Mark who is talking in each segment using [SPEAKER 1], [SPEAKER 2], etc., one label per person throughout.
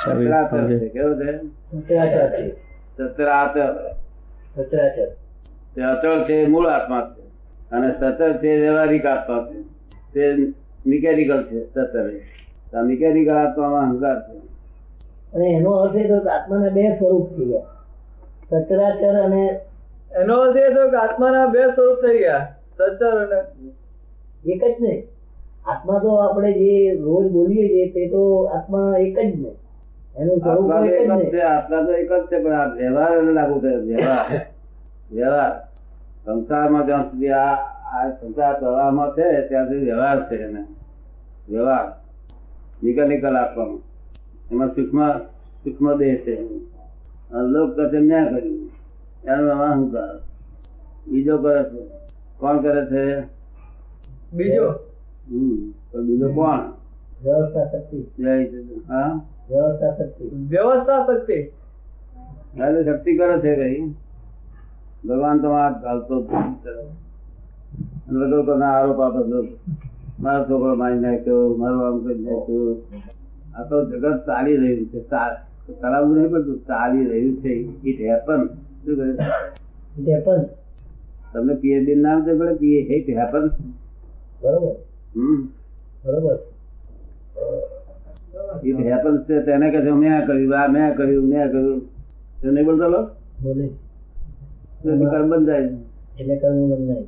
[SPEAKER 1] સતરાચર
[SPEAKER 2] म्हणजे
[SPEAKER 1] છે કેવો છે
[SPEAKER 3] સચરાચર છે
[SPEAKER 1] સતરાચર
[SPEAKER 3] સચરાચર
[SPEAKER 1] તે અચળ છે એ મૂળ આત્મા છે અને સચળ છે એ વ્યવહારિક આત્મા છે તે મિકેનિકલ છે સચળ એ. તો આ મિકેનિકલ આત્મામાં અહંકાર છે
[SPEAKER 3] અને એનો અર્થ એ થયો કે આત્માના બે સ્વરૂપ થઈ ગયા સચરાચર અને
[SPEAKER 4] એનો અર્થ એ થયો કે આત્માના બે સ્વરૂપ થઈ ગયા સચર અને
[SPEAKER 3] એક જ નહીં આત્મા તો આપણે જે રોજ બોલીએ છીએ તે તો આત્મા એક જ નહીં એનું સ્વરૂપ
[SPEAKER 1] આત્મા તો એક
[SPEAKER 3] એક જ
[SPEAKER 1] જ
[SPEAKER 3] નહીં
[SPEAKER 1] છે આત્મા તો એક જ છે પણ આ વ્યવહાર એને લાગુ થયો વ્યવહાર વ્યવહાર સંસારમાં જ્યાં સુધી આ આ સંસાર પ્રવાહમાં છે ત્યાં સુધી વ્યવહાર છે એને વ્યવહાર મિકેનિકલ આપવામાં એમાં સૂક્ષ્મ સૂક્ષ્મ દેહ છે અને લોક કરશે મેં કર્યું એનો નામ અહંકાર બીજો કરે છે કોણ કરે છે
[SPEAKER 4] બીજો
[SPEAKER 1] હમ તો બીજો કોણ
[SPEAKER 3] વ્યવસ્થા શક્તિ
[SPEAKER 1] જય શ્રી હા
[SPEAKER 3] વ્યવસ્થા શક્તિ
[SPEAKER 4] વ્યવસ્થા શક્તિ
[SPEAKER 1] એટલે શક્તિ કરે છે કઈ ભગવાન તમારા ઘાલતો જ નથી. અને બધો તમને આરોપ આપે છે. મારો છોકરો મારી નાખ્યો મારો આમ કરી નાખ્યો આ તો જગત ચાલી રહ્યું છે ચા- ચલાવવું નહીં પડતું ચાલી રહ્યું છે ઇટ હેપન શું કહે
[SPEAKER 3] તે પણ
[SPEAKER 1] તમને પીએચડી નામ છે પણ પીએ ઇટ હેપન
[SPEAKER 3] બરોબર
[SPEAKER 1] હમ
[SPEAKER 3] બરોબર
[SPEAKER 1] ઇટ હેપન છે તેને કહે છે મેં આ કર્યું આ મેં આ કર્યું મેં આ કર્યું તો નહીં બોલતો લો
[SPEAKER 3] બોલે
[SPEAKER 1] તો કર્મ બંધાય
[SPEAKER 3] એટલે કરવું મન નહીં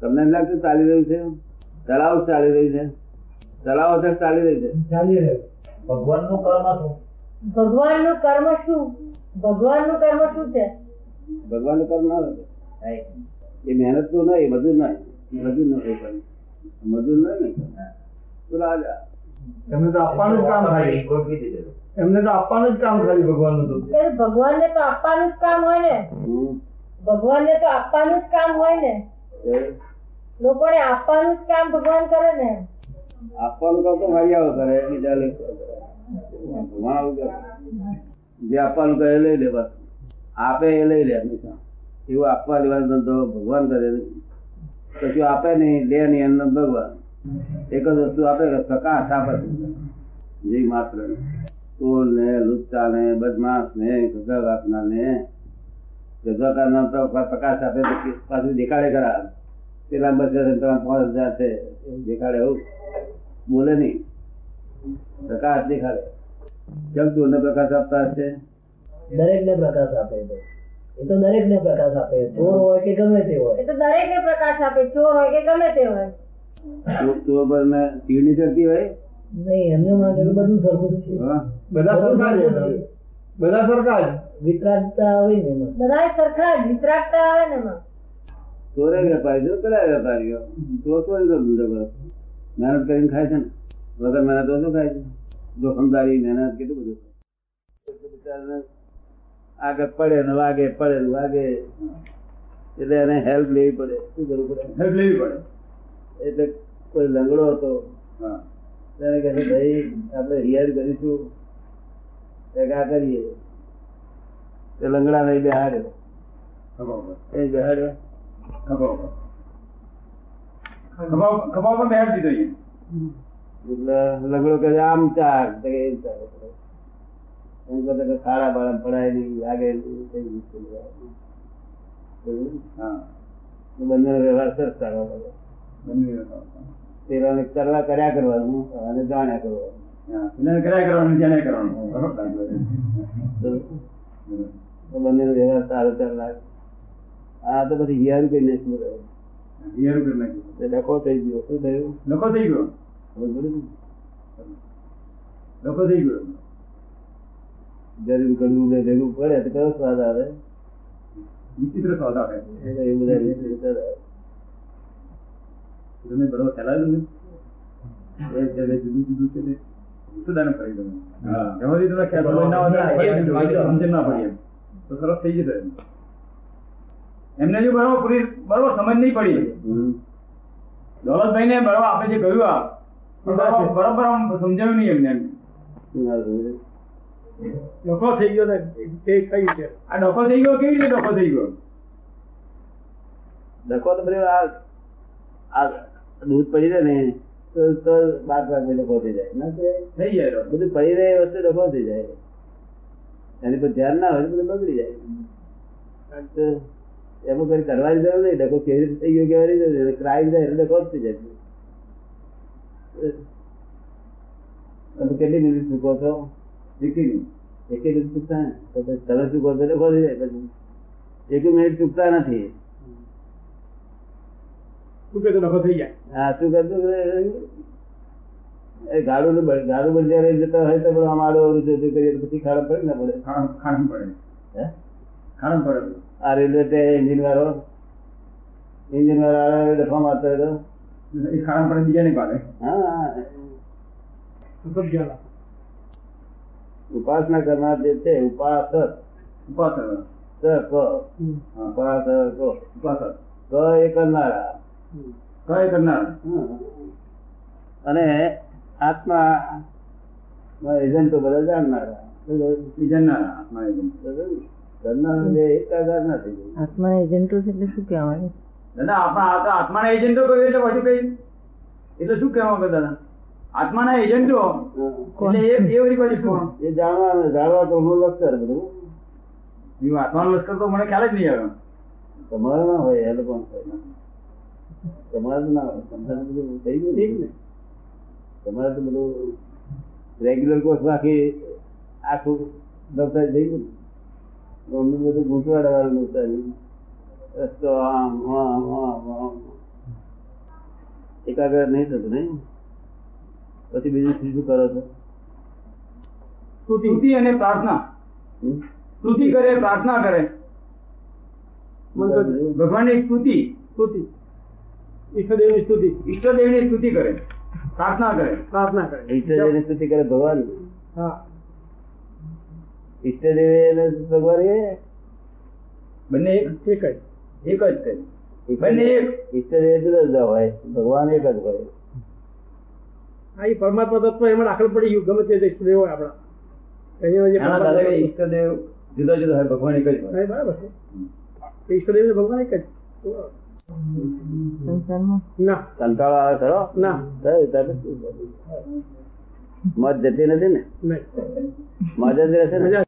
[SPEAKER 1] તમને એમ લાગતું ચાલી રહ્યું છે ચલાવો ચાલી રહ્યું છે ચલાવો છે ચાલી રહ્યું છે
[SPEAKER 3] ચાલી રહ્યું
[SPEAKER 5] ભગવાનનું કર્મ શું
[SPEAKER 6] ભગવાનનું કર્મ શું ભગવાનનું કર્મ શું છે
[SPEAKER 1] ભગવાન કર્મ ના લાગે એ મહેનત તો નહીં મજૂર નહીં મજૂર નથી પણ મજૂર નહીં ને તો રાજા
[SPEAKER 4] એમને તો આપવાનું જ કામ ખાલી
[SPEAKER 5] ગોઠવી દીધેલું
[SPEAKER 4] એમને તો આપવાનું જ કામ ખાલી ભગવાનનું તો
[SPEAKER 6] ત્યારે ભગવાનને તો આપવાનું જ કામ હોય ને
[SPEAKER 1] હમ.
[SPEAKER 6] ભગવાનને તો આપવાનું જ કામ હોય ને
[SPEAKER 1] એ
[SPEAKER 6] લોકોને આપવાનું જ કામ ભગવાન કરે ને
[SPEAKER 1] આપવાનું કામ તો વાળિયાઓ કરે બીજા લોકો કરે. ભગવાન આવું કરે જે આપવાનું કરે એ લઈ લે બસ આપે એ લઈ લે હંમેશા એવું આપવા લેવાનું ધંધો ભગવાન કરે નહીં. કશું આપે નહીં લે નહીં એમનો ભગવાન એક જ વસ્તુ આપે કે પ્રકાશ આપે છે. જી માત્ર ટોલ ને લુચ્ચા ને બદમાશ ને ગજા ગાતના ને ગજા ગાતના તો પ્રકાશ આપે તો કે- પાછું દેખાડે ખરા પેલા બસો ત્રણ પાંચ હજાર છે એવું દેખાડે એવું બોલે નહીં પ્રકાશ દેખાડે કેમ તું ને પ્રકાશ આપતા હશે
[SPEAKER 3] દરેકને પ્રકાશ આપે છે એ તો દરેકને પ્રકાશ આપે છે. ચોર હોય કે ગમે તે હોય
[SPEAKER 6] એ તો દરેકને પ્રકાશ આપે ચોર હોય કે ગમે તે હોય
[SPEAKER 1] તું- તું પર ને ચીડની ચડતી હોય
[SPEAKER 3] નહીં એમને માટે તો બધું સરખું જ છે
[SPEAKER 1] હા?
[SPEAKER 4] બધા સરખા જ છે. બધા સરખા જ
[SPEAKER 3] વિતરાગતા આવે ને એમાં
[SPEAKER 6] બધા સરખા જ વિતરાગતા આવે ને એમાં
[SPEAKER 1] ચોરે વેપારી છે પેલા વેપારીઓ તો ચોરી નો ધંધો કરે છે. મહેનત કરીને ખાય છે ને વગર મહેનત ઓછું ખાય છે જોખમદારી મહેનત કેટલું બધું કરે. એટલે બિચારાને આગળ પડે ને વાગે પડે ને વાગે એટલે એને હેલ્પ લેવી પડે શું કરવું પડે
[SPEAKER 4] હેલ્પ લેવી પડે
[SPEAKER 1] એટલે કોઈ લંગડો હતો ત્યારે કહે છે, ભાઈ આપણે રિયાઝ કરીશું ભેગા કરીએ તે લંગડા નહીં બેહાડ્યો એ
[SPEAKER 4] Eh,
[SPEAKER 1] બેહાડ્યો એટલે લગડો કે આમ ચાર તો કે એમ ચાર એમ કરતા કે ખાડા બાળા પડાય નહીં લાગે નહીં, કઈ મુશ્કેલ હોય નહીં. બરોબર? તો બંનેનો વ્યવહાર સરસ ચાલવા લાગ્યો. પેલાને કરવા કર્યા કરવાનું અને જાણ્યા કરવાનું
[SPEAKER 4] Oh,
[SPEAKER 1] બરોબર? તો બંનેનો વ્યવહાર સારો ચાલવા લાગ્યો. આ તો પછી હિયારું કઈ નાખ્યું રહ્યું. એટલે ડખો થઈ ગયો શું થયું
[SPEAKER 4] લોકો થઈ ગયો
[SPEAKER 1] ખબર પડી ને?
[SPEAKER 4] લોકો થઈ ગયો
[SPEAKER 1] જરૂર કરવું ને જરૂર પડે તો કયો સ્વાદ આવે
[SPEAKER 4] વિચિત્ર સ્વાદ આવે
[SPEAKER 1] એટલે એ બધા રીતે વિચાર આવે.
[SPEAKER 4] તમે બરોબર ચલાવ્યું ને એ જયારે જુદું જુદું છે તે સુદાને ફરી દઉં એમાંથી તમે ખ્યાલ ખબર ના હોય તો આપણે સમજણ ના પડી એમ. તો સરસ થઈ જશે એમ. એમને જો બરાબર પૂરી બરાબર સમજ નહીં પડી
[SPEAKER 1] હમ.
[SPEAKER 4] દોલતભાઈ ને બરાબર આપણે જે કહ્યું આ પણ બરાબર બરાબર આમ સમજાયું નહીં એમને એમ.
[SPEAKER 1] શું ના સમજે?
[SPEAKER 4] ડખો થઈ ગયો આ ડખો થઈ ગયો કેવી રીતે ડખો થઈ ગયો
[SPEAKER 1] ડખો તો બધો આ આ દૂધ પડી રહે ને તો તો બાર ભાગ ડખો થઈ જાય ના થાય?
[SPEAKER 4] થઈ જાય તો.
[SPEAKER 1] બધું પડી રહી વસ્તુ ડખો થઈ જાય એની પર ધ્યાન ના હોય તો બધું બગડી જાય કારણ કે એમાં કઈ કરવાની જરૂર નહીં ડખો કેવી રીતે થઈ ગયો કેવી રીતે થઈ ગયો. ક્રાઇમ થાય એટલે ડખો જ થઈ જાય તમે કેટલી મિનિટ ચૂકો છો
[SPEAKER 4] શીખી ગયું.
[SPEAKER 1] એકે મિનિટ ચૂકતા ને તો પછી તમે ચૂકો છો ડખો થઈ જાય પછી એક મિનિટ ચૂકતા નથી
[SPEAKER 2] શું કે તો નફો થઈ જાય
[SPEAKER 1] હા શું કરતું કે એ ગાડું ને બળ- ગાડું બળ જયારે જતા હોય તો પણ અમારો ઓલું છે તે કરીએ તો પછી ખરાબ પડે ને પડે
[SPEAKER 4] ખાણું ખાણું પડે
[SPEAKER 1] હે?
[SPEAKER 4] ખાણું પડે
[SPEAKER 1] આ રેલવે તે એન્જિન વાળો એન્જિન વાળો આવે ડફા મારતો હોય તો
[SPEAKER 4] એ ખાણું પડે બીજાને પાડે
[SPEAKER 1] હા
[SPEAKER 2] નફો જ ગયા
[SPEAKER 1] ઉપાસના કરનાર જે છે ઉપાસક
[SPEAKER 4] ઉપાસક
[SPEAKER 1] સ ક ઉપાસક
[SPEAKER 4] ઉપાસક
[SPEAKER 1] ક એ કરનારા
[SPEAKER 4] કઈ કરનાર
[SPEAKER 1] હમ. અને આત્મા એજન્ટો બધા જાણનારા બરાબર?
[SPEAKER 4] એ જણનારા આત્મા એ જણ.
[SPEAKER 1] કરનારા જે એકાકાર નથી
[SPEAKER 7] આત્માના એજન્ટો છે એટલે શું કહેવાય
[SPEAKER 4] દાદા આપણા આ તો આત્માના એજન્ટો કહ્યું એટલે પછી કઈ એટલે શું કહેવા માંગે દાદા આત્માના એજન્ટો એટલે એ- એ વળી પાછી કોણ
[SPEAKER 1] એ જાણવા જાણવા તો હું લખતર બધું
[SPEAKER 4] એ આત્માનો લશ્કર તો મને ખ્યાલ જ નહીં આવ્યો
[SPEAKER 1] તમારે ના હોય એ લોકો તમારે તો ના હોય તમારે તો બધું થઈ ગયું ઠીક ને તમારે તો બધું રેગ્યુલર કોર્સ બાકી આખું દફતર થઈ ગયું ને અમને બધું ઘૂંટવાડા વાળું નહોતું રસ્તો આમ આમ આમ આમ એકાગ્ર નહીં થતું નહીં પછી બીજું શું શું કરો છો
[SPEAKER 4] સ્તુતિ અને પ્રાર્થના
[SPEAKER 1] હમ?
[SPEAKER 4] સ્તુતિ કરે પ્રાર્થના કરે ભગવાનની સ્તુતિ
[SPEAKER 2] સ્તુતિ ઈષ્ટદેવની સ્તુતિ
[SPEAKER 4] ઈષ્ટદેવની સ્તુતિ કરે પ્રાર્થના કરે
[SPEAKER 2] પ્રાર્થના કરે
[SPEAKER 1] ઈષ્ટદેવની સ્તુતિ કરે ભગવાન
[SPEAKER 2] હા
[SPEAKER 1] ઈષ્ટદેવ એને ભગવાન એ
[SPEAKER 4] બંને એક
[SPEAKER 2] એક જ
[SPEAKER 4] એક જ કરે બંને એક
[SPEAKER 1] ઈશ્વર જુદા જુદા હોય ભગવાન એક જ હોય
[SPEAKER 2] આ એ પરમાત્મા તત્વ એમાં દાખલ પડી ગયું ગમે તે ઈષ્ટદેવ હોય આપણા એની જે
[SPEAKER 4] નાના દાદા કે
[SPEAKER 2] પરમાત્મા
[SPEAKER 4] ઈષ્ટદેવ જુદા જુદા હોય ભગવાન એક જ
[SPEAKER 2] તત્વ- હા,
[SPEAKER 4] હોય
[SPEAKER 2] એ બરાબર છે તો ઈષ્ટદેવને ભગવાન એક જ
[SPEAKER 7] સંસારમાં
[SPEAKER 2] ના
[SPEAKER 1] કંટાળો આવે ખરો
[SPEAKER 2] ના
[SPEAKER 1] થાય ત્યારે શું કરું? મોજ જતી નથી ને
[SPEAKER 2] નહીં
[SPEAKER 1] મજા જ રહેશે ને
[SPEAKER 2] મજા